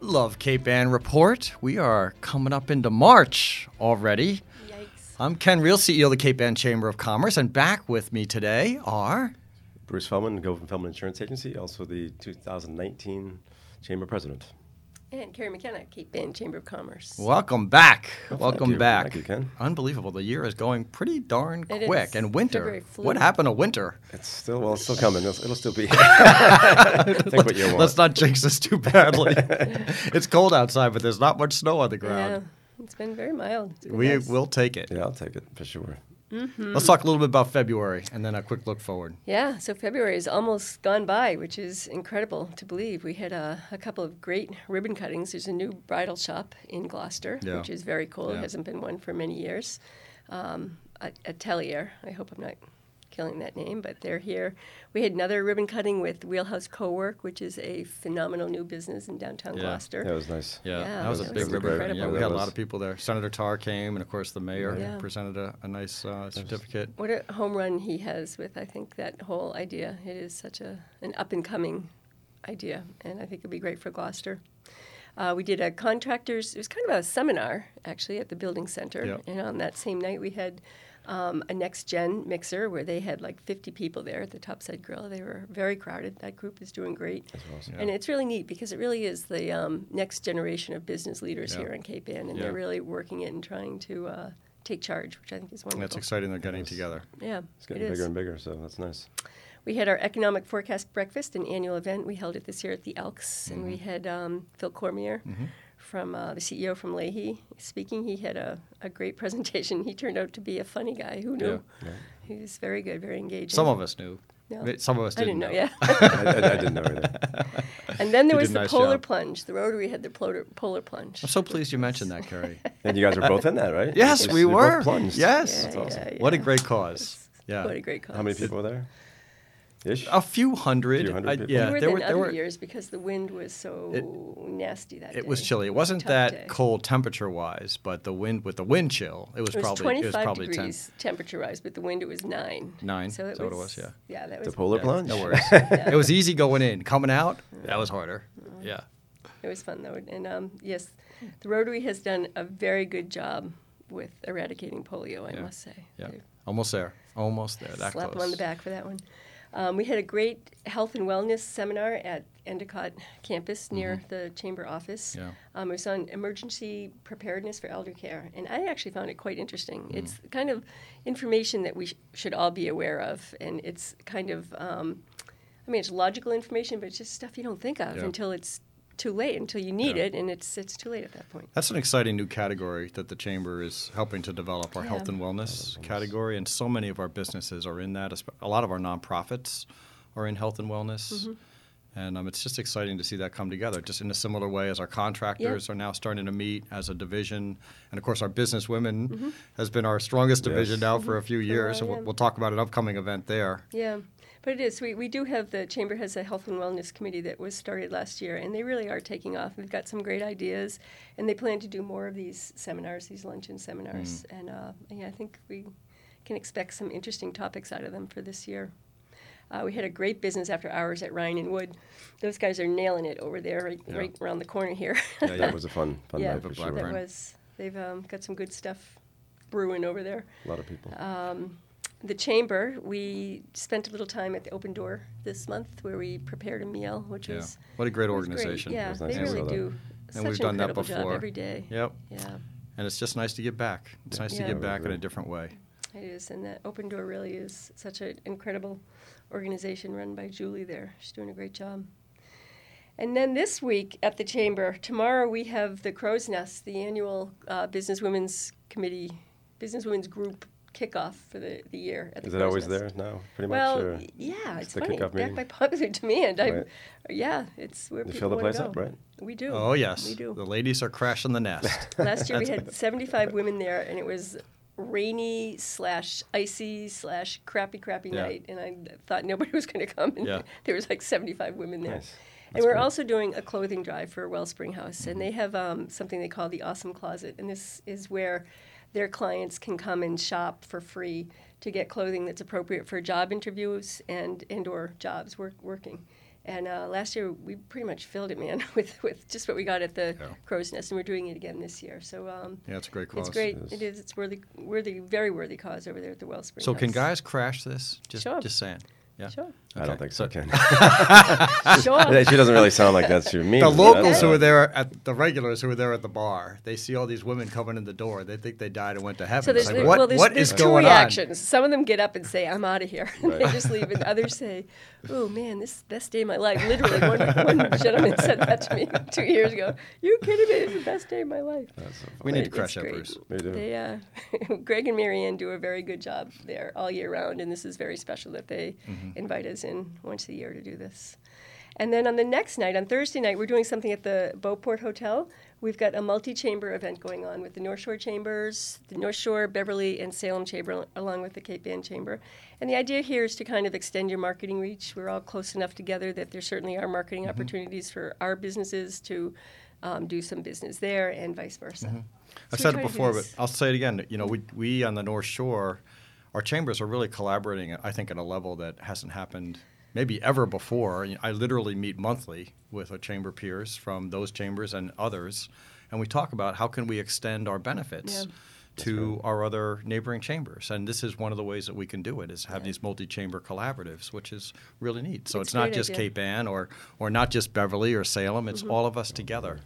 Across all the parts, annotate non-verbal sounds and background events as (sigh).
Love Cape Ann Report. We are coming up into March already. Yikes. I'm Ken Real, CEO of the Cape Ann Chamber of Commerce, and back with me today are Bruce Feldman, Govan Feldman Insurance Agency, also the 2019 Chamber President. And Carrie McKenna, Cape Ann Chamber of Commerce. welcome back. thank welcome you. back. Thank you, Ken. Unbelievable. The year is going pretty darn It quick. is. And winter. February flew. What happened to winter? It's still well, it's still coming. It'll, it'll (laughs) still be. Take what you want. Let's not jinx this too (laughs) badly. it's cold outside, but there's not much snow on the Yeah, ground. it's been very mild. It's been We nice. will take it. yeah, I'll take it for sure. Mm-hmm. Let's talk a little bit about February and then a quick look forward. Yeah, so February has almost gone by, which is incredible to believe. We had a, a couple of great ribbon cuttings. There's a new bridal shop in Gloucester, Yeah. which is very cool. Yeah. It hasn't been one for many years. Um, at- at Atelier, I hope I'm not killing that name, but they're here. We had another ribbon cutting with Wheelhouse Co-work, which is a phenomenal new business in downtown Yeah. Gloucester. That was nice. Yeah, Yeah, that was a that big was ribbon cutting. incredible. Yeah, we That had a was- lot of people there. Senator Tarr came, and of course the mayor Yeah. presented a, a nice uh, certificate. What a home run he has with, I think, that whole idea. It is such a, an up and coming idea, and I think it'd be great for Gloucester. Uh, we did a contractors, it was kind of a seminar actually at the building center. Yeah. And on that same night, we had um, a next gen mixer where they had like 50 people there at the Topside Grill. They were very crowded. That group is doing great. awesome. And it's really neat because it really is the um, next generation of business leaders Yeah. here in Cape Ann, and Yeah. they're really working it and trying to uh, take charge, which I think is wonderful. And it's exciting they're getting Yes. together. Yeah, It's getting it is. bigger and bigger, so that's (laughs) nice. We had our economic forecast breakfast, an annual event. We held it this year at the Elks, and Mm-hmm. we had um, Phil Cormier from uh, the CEO from Leahy speaking. He had a, a great (laughs) presentation. He turned out to be a funny guy. Who knew? He was very good, very engaging. Some of us knew. No. Some of us I didn't didn't, know. Yeah. (laughs) I, I- I didn't know either. (laughs) and then there You was did a the nice polar job. plunge. The Rotary had the polar, polar plunge. I'm so pleased you mentioned that, (laughs) Carrie. And you guys were both in that, right? yes, You- we you both were. plunged. Yes. That's awesome. What a yeah. great cause. Yeah. What a great cause. How many people were there? Ish. A few hundred. Few hundred I- people. yeah, there More than were there other were years because the wind was so nasty that day. it was chilly. It wasn't Tough that day. cold temperature wise, but the wind with the wind chill, it was, It was probably it 25 was probably degrees temperature rise, but the wind it was nine. Nine, So is it that what was, it was? Yeah. Yeah, that was. The polar plunge. 10. No worries. It was easy going in. Coming out, that was harder. Mm-hmm. Yeah. It was fun though, and um, yes, the Rotary has done a very good job with eradicating polio. I Yeah. must say. Yeah. They've Almost there. Almost there. That Slap 'em close. on the back for that one. Um, we had a great health and wellness seminar at Endicott campus near the chamber office. Mm-hmm. Yeah. Um, it was on emergency preparedness for elder care, and I actually found it quite interesting. Mm. It's kind of information that we sh- should all be aware of, and it's kind of, um, I mean, it's logical information, but it's just stuff you don't think of Yeah. until it's too late, until you need Yeah. it, and it's it's too late at that point. That's an exciting new category that the chamber is helping to develop our health Yeah. and wellness category, and so many of our businesses are in that. espe- A lot of our nonprofits are in health and wellness, Mm-hmm. and um, it's just exciting to see that come together. Just in a similar way as our contractors are now starting to meet as a division, and of course our business women Mm-hmm. has been our strongest division Yes. now for a few years, and while, we'll, yeah. we'll talk about an upcoming event there. Yeah, but it is. We, we do have the chamber has a health and wellness committee that was started last year, and they really are taking off. They've got some great ideas, and they plan to do more of these seminars, these luncheon seminars. And uh, yeah, I think we can expect some interesting topics out of them for this year. Uh, we had a great business after hours at Ryan and Wood. Those guys are nailing it over there, right, Yeah. right around the corner here. (laughs) (laughs) Yeah, yeah, it was a fun, fun Yeah. night for Black sure. Friday. that Ryan. was. They've um, got some good stuff brewing over there A lot of people. Uh, the chamber, we spent a little time at the open door this month where we prepared a meal, which Yeah. was What a great was great. organization. Yeah, was nice they to see really that. do such we've done that incredible job before. every day. Yep. Yeah, And it's just nice to get back. It's nice Yeah. to get Yeah, I back in a agree. different way. it is, and that open door really is such an incredible organization run by Julie. There, she's doing a great job. And then this week at the chamber, tomorrow we have the Crow's Nest, the annual uh, Business Women's Committee, Business Women's Group kickoff for the, the year. At Is the it Crow's always Nest. there now? Pretty Well, much. uh, or- y- yeah, it's the funny. kickoff Back meeting. by popular (laughs) demand. I, Right. Yeah, it's where They people fill the wanna place up, go. right? We do. Oh yes, we (laughs) do. the ladies are crashing the nest. (laughs) Last year we had 75 women there, and it was rainy slash icy slash crappy crappy Yeah. night, and I thought nobody (laughs) was going to come, and Yeah. there was like 75 women there. Nice. And That's we're great. also doing a clothing drive for Wellspring House, and Mm-hmm. they have um, something they call the Awesome Closet, and this is where their clients can come and shop for free to get clothing that's appropriate for job interviews and and or jobs work, working. And uh, last year we pretty much filled it, man, (laughs) with, with just what we got at the Yeah. Crow's Nest, and we're doing it again this year. So um, Yeah, it's a great cause. it's great. It is. It is. It's worthy, worthy, very worthy cause over there at the Wellspring. So can House. guys crash this? Just Sure. just saying. Yeah. (laughs) Sure. I don't Okay. think so, Ken. (laughs) Sure. she doesn't really sound like that's your meaning. The but locals that's, who uh, were there at the regulars who were there at the bar, they see all these women coming in the door. They think they died and went to heaven. So there's, It's there- like, what, well, there's, what there's is two going reactions. Some of them get up and say, "I'm out of here," (laughs) and they Right. just (laughs) leave. And others say, "Oh man, this is the best day of my life." Literally, one, one gentleman said that to me (laughs) two years ago. You kidding me? It's the best day of my life. that's so on? We funny. need to It's crush that, great. Bruce. They do. They, uh, (laughs) Greg and Marianne do a very good job there all year round, and this is very special that they Mm-hmm. invite us in once a year to do this. And then on the next night, on Thursday night, we're doing something at the Beauport Hotel. We've got a multi chamber event going on with the North Shore Chambers, the North Shore, Beverly, and Salem Chamber, along with the Cape Ann Chamber. And the idea here is to kind of extend your marketing reach. We're all close enough together that there certainly are Mm-hmm. marketing opportunities for our businesses to um, do some business there and vice versa. Mm-hmm. I've So we said try it to do before, but this. I'll say it again. You know, we, we on the North Shore, our chambers are really collaborating, I think, at a level that hasn't happened maybe ever before. You know, I literally meet monthly with our chamber peers from those chambers and others, and we talk about how can we extend our benefits Yeah. to our other neighboring chambers. And this is one of the ways that we can do it is have these multi-chamber collaboratives, which is really neat. So It's it's, a not great just idea. Mm-hmm. Cape Ann or, or not just Beverly or Salem. It's all of us together.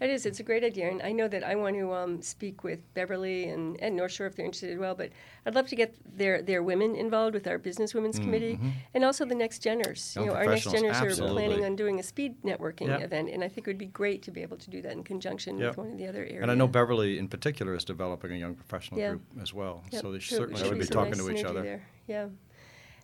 It is. It's a great idea, and I know that I want to um, speak with Beverly and, and North Shore if they're interested as well. But I'd love to get their their women involved with our business women's committee, and also the next geners. Young you know, our next professionals, geners are planning absolutely. on doing a speed networking Yeah. event, and I think it would be great to be able to do that in conjunction Yeah. with one of the other areas. And I know Beverly in particular is developing a young professional Yeah. group as well. Yep. So they it certainly should should be some talking nice to each synergy other. There. Yeah.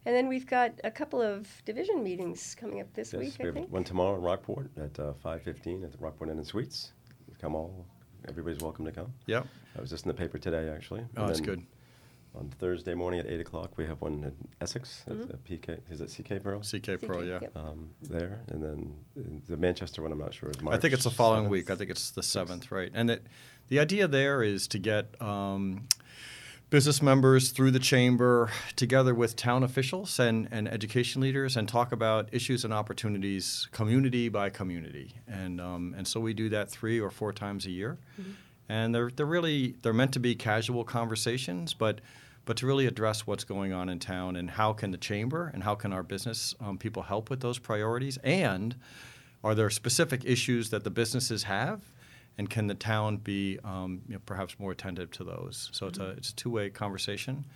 And then we've got a couple of division meetings coming up this Yes, week, we I have think. one tomorrow in Rockport at uh, 5:15 at the Rockport Inn and Suites. Come all, everybody's welcome to come. Yep. I was just in the paper today, actually. Oh, And that's then good. On Thursday morning at 8 o'clock, we have one in Essex Mm-hmm. at the PK. Is it CK Borough? CK Pro, CK, yeah. yep. Um, there, and then uh, the Manchester one, I'm not sure. is I think March it's the following 7th. week. I think it's the seventh, right? And it, the idea there is to get um, business members through the chamber together with town officials and, and education leaders and talk about issues and opportunities community by community. And um, and so we do that three or four times a year. Mm-hmm. And they're they're really they're meant to be casual conversations, but but to really address what's going on in town and how can the chamber and how can our business um, people help with those priorities and are there specific issues that the businesses have, and can the town be um, you know, perhaps more attentive to those? So it's a it's a two way conversation,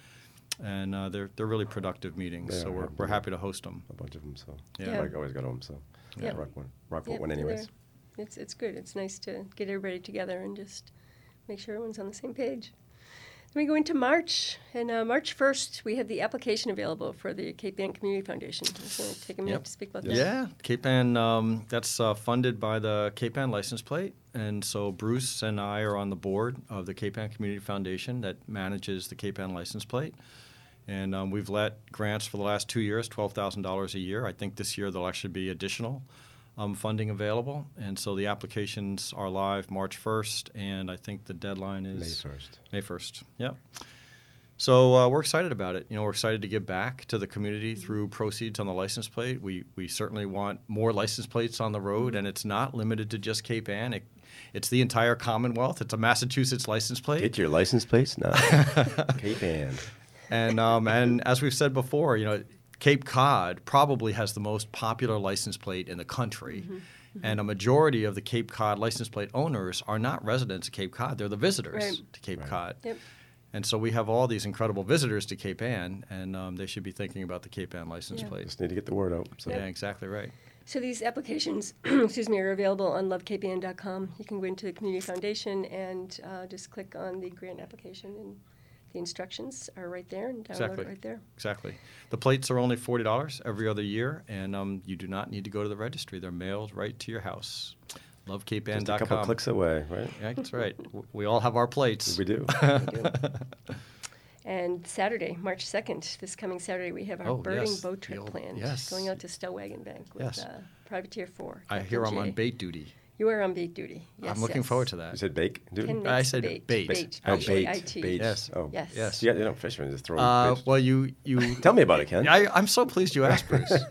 and uh, they're they're really productive meetings. They so are, we're, we're absolutely. happy to host them. A bunch of them, so. Yeah. I always go to them, so. Yeah. Rockport, Rockport Yep, one so anyways. there. It's, it's good. It's nice to get everybody together and just make sure everyone's on the same page. Then we go into March, and uh, March 1st, we have the application available for the Cape Ann Community Foundation. I'm just going to take a minute Yep. to speak about that. Yeah, Cape Ann. Um, that's uh, funded by the Cape Ann license plate, and so Bruce and I are on the board of the Cape Ann Community Foundation that manages the Cape Ann license plate. And um, we've let grants for the last two years, twelve thousand dollars a year. I think this year there'll actually be additional um, funding available, and so the applications are live March first, and I think the deadline is May 1st. May 1st. Yep. So uh, we're excited about it. You know, we're excited to give back to the community through proceeds on the license plate. We we certainly want more license plates on the road, and it's not limited to just Cape Ann. It, it's the entire Commonwealth. It's a Massachusetts license plate, Get your license plates (laughs) now. Cape Ann. and um, and as we've said before, you know, Cape Cod probably has the most popular license plate in the country. Mm-hmm. And a majority of the Cape Cod license plate owners are not residents of Cape Cod; they're the visitors Right. to Cape Right. Cod. Yep. And so we have all these incredible visitors to Cape Ann, and um, they should be thinking about the Cape Ann license Yeah. plate. Just need to get the word out. So. Yeah, exactly right. So these applications, (clears throat) excuse me, are available on lovecapeann.com. You can go into the Community Foundation and uh, just click on the grant application, and the instructions are right there and download Exactly. it right there. Exactly. The plates are only forty dollars every other year, and um, you do not need to go to the registry. They're mailed right to your house. LoveCapeAnn.com. Just a couple clicks away, right? Yeah, that's right. W- We all have our plates. (laughs) We do. (laughs) We do. And Saturday, March 2nd, this coming Saturday, we have our Oh, birding yes, boat the trip old- planned. yes. Going out to Stellwagen Bank with Yes. uh, Privateer 4. I Captain hear I'm on Jay. bait duty. You are on bait duty. Yes, I'm looking yes. forward to You that. said bake, dude? Ken I makes said bait. bait. Bait. Oh, actually, bait. IT. Bait. Yes. Oh. Yes. Yes. Yeah, you know, fishermen just throw Uh, bait. (laughs) well, you you Tell me about it, Ken. (laughs) I, I'm so pleased you asked, Bruce. (laughs)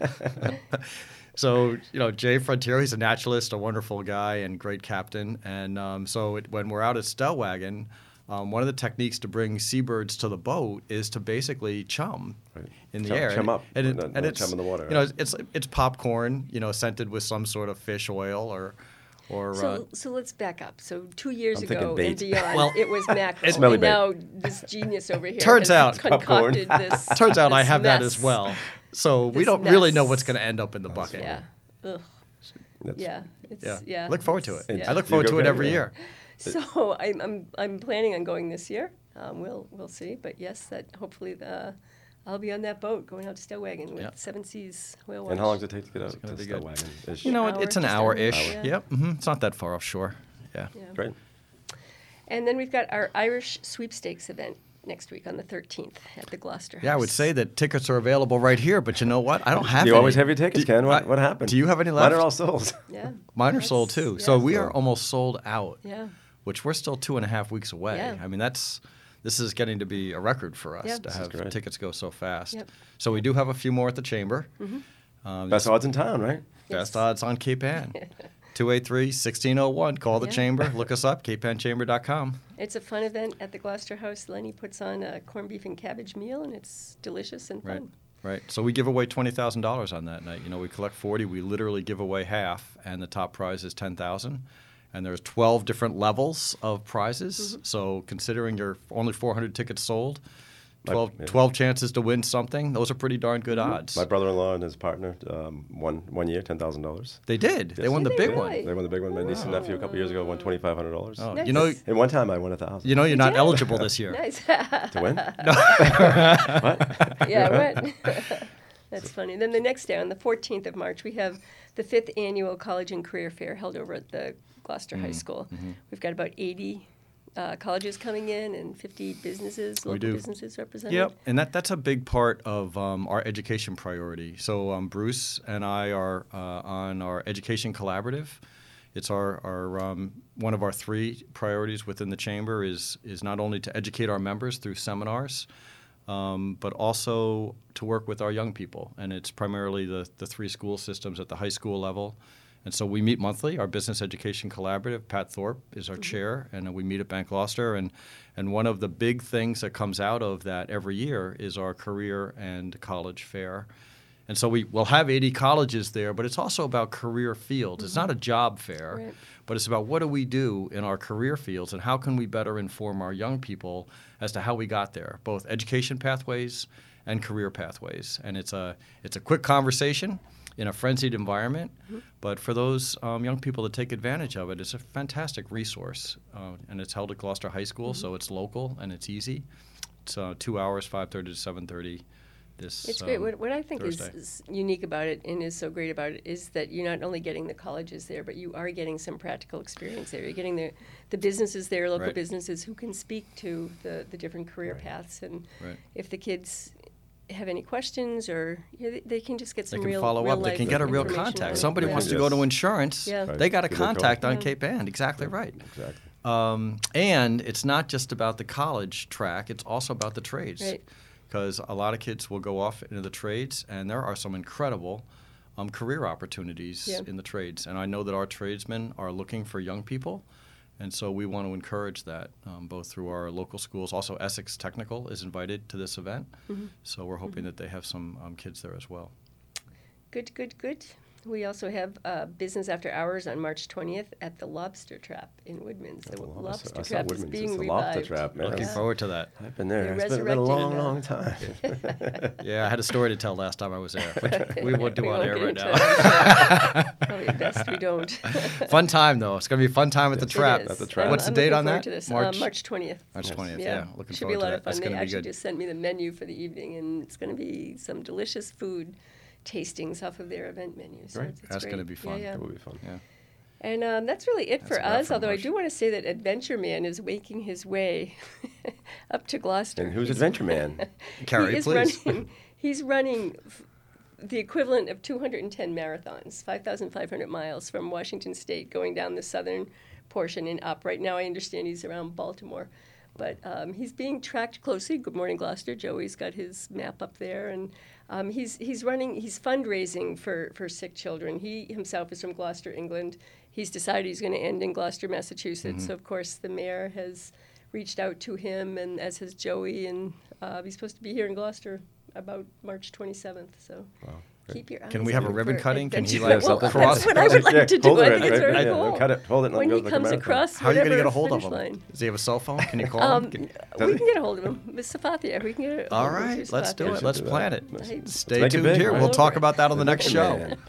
so you know Jay Frontier, he's a naturalist, a wonderful guy, and great captain. And um, so it, when we're out at Stellwagen, um, one of the techniques to bring seabirds to the boat is to basically chum Right. in the Chum- air. chum And- up, and, it, not- and not it's chum in the water, You know, right? it's it's popcorn, you know, scented with some sort of fish oil or or uh, So, so let's back up. So two years I'm thinking ago (laughs) bait. and beyond, Well, it was mackerel. Smelly and bait. now this genius over (laughs) here Turns has out- Popcorn. concocted this. (laughs) Turns out I this have that as mess. well. (laughs) So we This don't really know mess. what's going to end up in the bucket. Yeah. Ugh. That's- Yeah. It's, yeah. Look forward to it. It's- I yeah. look forward You go to it get it, every yeah. year. Uh, So (laughs) I'm, I'm, I'm planning on going this year. Um, we'll, we'll see. But yes, that hopefully the, I'll be on that boat going out to Stellwagen with Yeah. Seven Seas Whale Watch. And how long does it take to get out to gonna be good. Stellwagen? Ish. You know, it, Hour, it's an just hour under an ish. hour. Yep. hmm It's not that far offshore. Yeah. Yeah. Great. And then we've got our Irish sweepstakes event next week on the 13th at the Gloucester House. Yeah, I would say that tickets are available right here, but you know what? I don't have. you any. always have your tickets, Do- Ken. What, I- what happened? Do you have any Mine left? are all sold. Yeah. Mine are sold That's- too. yeah. So we are So- almost sold out. Yeah. Which we're still two and a half weeks away. Yeah. I mean, that's this is getting to be a record for us Yeah. to This is have great. tickets go so fast. Yep. Mm-hmm. So we do have a few more at the chamber. Um, Best odds in town, right? Best Yes. odds on Cape (laughs) Ann. 283-1601. Call the Yeah. (laughs) chamber. Look us up, capeannchamber.com. It's a fun event at the Gloucester House. Lenny puts on a corned beef and cabbage meal, and it's delicious and Right. fun. Right. So we give away twenty thousand dollars on that night. You know, we collect forty. We literally give away half, and the top prize is ten thousand. And there's twelve different levels of prizes. Mm-hmm. So considering you're only four hundred tickets sold, 12, yeah. 12 chances to win something. Those are pretty darn good odds. My brother-in-law and his partner um, won one year, ten thousand dollars. they did. They Yes. won the Did big they one. really? They won the big one. My niece and nephew a couple years ago won twenty-five hundred dollars. Oh, Nice. You know, And one time I won a thousand. you know, you're not did. eligible this year. Nice. (laughs) to win? (laughs) yeah, what? (laughs) That's funny. Then the next day, on the 14th of March, we have the fifth annual College and Career Fair held over at the Gloucester Mm-hmm, High School. We've got about 80 uh, colleges coming in and 50 businesses, local do. businesses represented. Yep, and that that's a big part of um, our education priority. So um, Bruce and I are uh, on our education collaborative. It's our, our um, one of our three priorities within the chamber is is not only to educate our members through seminars, um, but also to work with our young people. And it's primarily the the three school systems at the high school level. And so we meet monthly. Our business education collaborative, Pat Thorpe is our chair, and we meet at Bank Gloucester. And, and one of the big things that comes out of that every year is our career and college fair. And so we will have 80 colleges there, but it's also about career fields. It's not a job fair, Right. but it's about what do we do in our career fields and how can we better inform our young people as to how we got there, both education pathways and career pathways. And it's a it's a quick conversation in a frenzied environment, Mm-hmm. but for those um, young people to take advantage of it, it's a fantastic resource. Uh, and it's held at Gloucester High School, Mm-hmm. so it's local and it's easy. It's uh, two hours, five thirty to seven thirty. This It's great. um, What, what I think is, Thursday. is unique about it and is so great about it is that you're not only getting the colleges there, but you are getting some practical experience there. You're getting the, the businesses there, local Right. businesses who can speak to the, the different career paths. And Right. if the kids have any questions or you know, they, they can just get They some can real follow real up. They life can get a real information on contact. it. Somebody Yeah. wants to Yes. go to insurance. Yeah. They got a Give it a call. contact on Yeah. Cape Ann. Exactly right. Exactly. Um, and it's not just about the college track; it's also about the trades, Right. because a lot of kids will go off into the trades, and there are some incredible um, career opportunities Yeah. in the trades. And I know that our tradesmen are looking for young people, and so we want to encourage that um, both through our local schools. Also, Essex Technical is invited to this event, Mm-hmm. so we're hoping that they have some um, kids there as well. Good, good, good. We also have uh, business after hours on March 20th at the Lobster Trap in Woodman. So Well, I Lobster saw- I saw Trap is Woodman's. being It's a revived. lobster trap, man. Looking It's- forward to that. I've been there. They're It's been, it's been a long, resurrecting long the- (laughs) time. Yeah, I had a story to tell last time I was there, (laughs) which we won't do on won't air get right into now. it. (laughs) Probably best we don't. (laughs) fun time though. It's gonna be a fun time at the Yes. It trap. It is. At the trap. I'm- What's I'm the date looking on forward that? to this. Uh, March, March 20th. March Yes. 20th. Yeah, looking Should forward be a lot to that. of That's fun. They gonna be actually good. just sent me the menu for the evening, and it's going to be some delicious food tastings off of their event menu. So Great. it's, it's That's gonna great. be fun. Yeah, That yeah. would be fun. Yeah. And um, that's really it That's for a wrap us. for Although I March. do want to say that Adventure Man is waking his way (laughs) up to Gloucester. And who's He's- (laughs) Adventure Man? Carrie, he is please. running. He's running f- the equivalent of 210 marathons, 5,500 miles from Washington State, going down the southern portion and up. Right now, I understand he's around Baltimore, But um, he's being tracked closely. Good Morning Gloucester. Joey's got his map up there, and um, he's he's running. He's fundraising for for sick children. He himself is from Gloucester, England. He's decided he's going to end in Gloucester, Massachusetts. So of course the mayor has reached out to him, and as has Joey, and uh, he's supposed to be here in Gloucester about March 27th. So great. keep your eyes. Can we have a out ribbon for cutting? Can he, adventure. like, well, cross- That's what I would like to do. Hold I it, think it's right? very Yeah, cool. Cut it. Hold it. and When go he like a comes marathon. across, (laughs) How are you going to get whatever a hold of finish him? line. Does he have a cell phone? Can you call Um, him? Can- we can get a hold of him, Mr. Fathia. We can get a All hold of right, Mr. let's do Fathia. it. Let's do that. plan it. Let's- Hey. let's Stay make it tuned big, here. right? We'll talk Okay. about that on the next Okay, show. (laughs) man.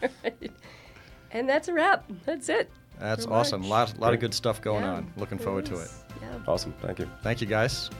And that's a wrap. That's it. That's for awesome. March. Lot, lot of Great. good stuff going Yeah, on. Looking forward to it. is. Yeah. Awesome. Thank you. Thank you, guys.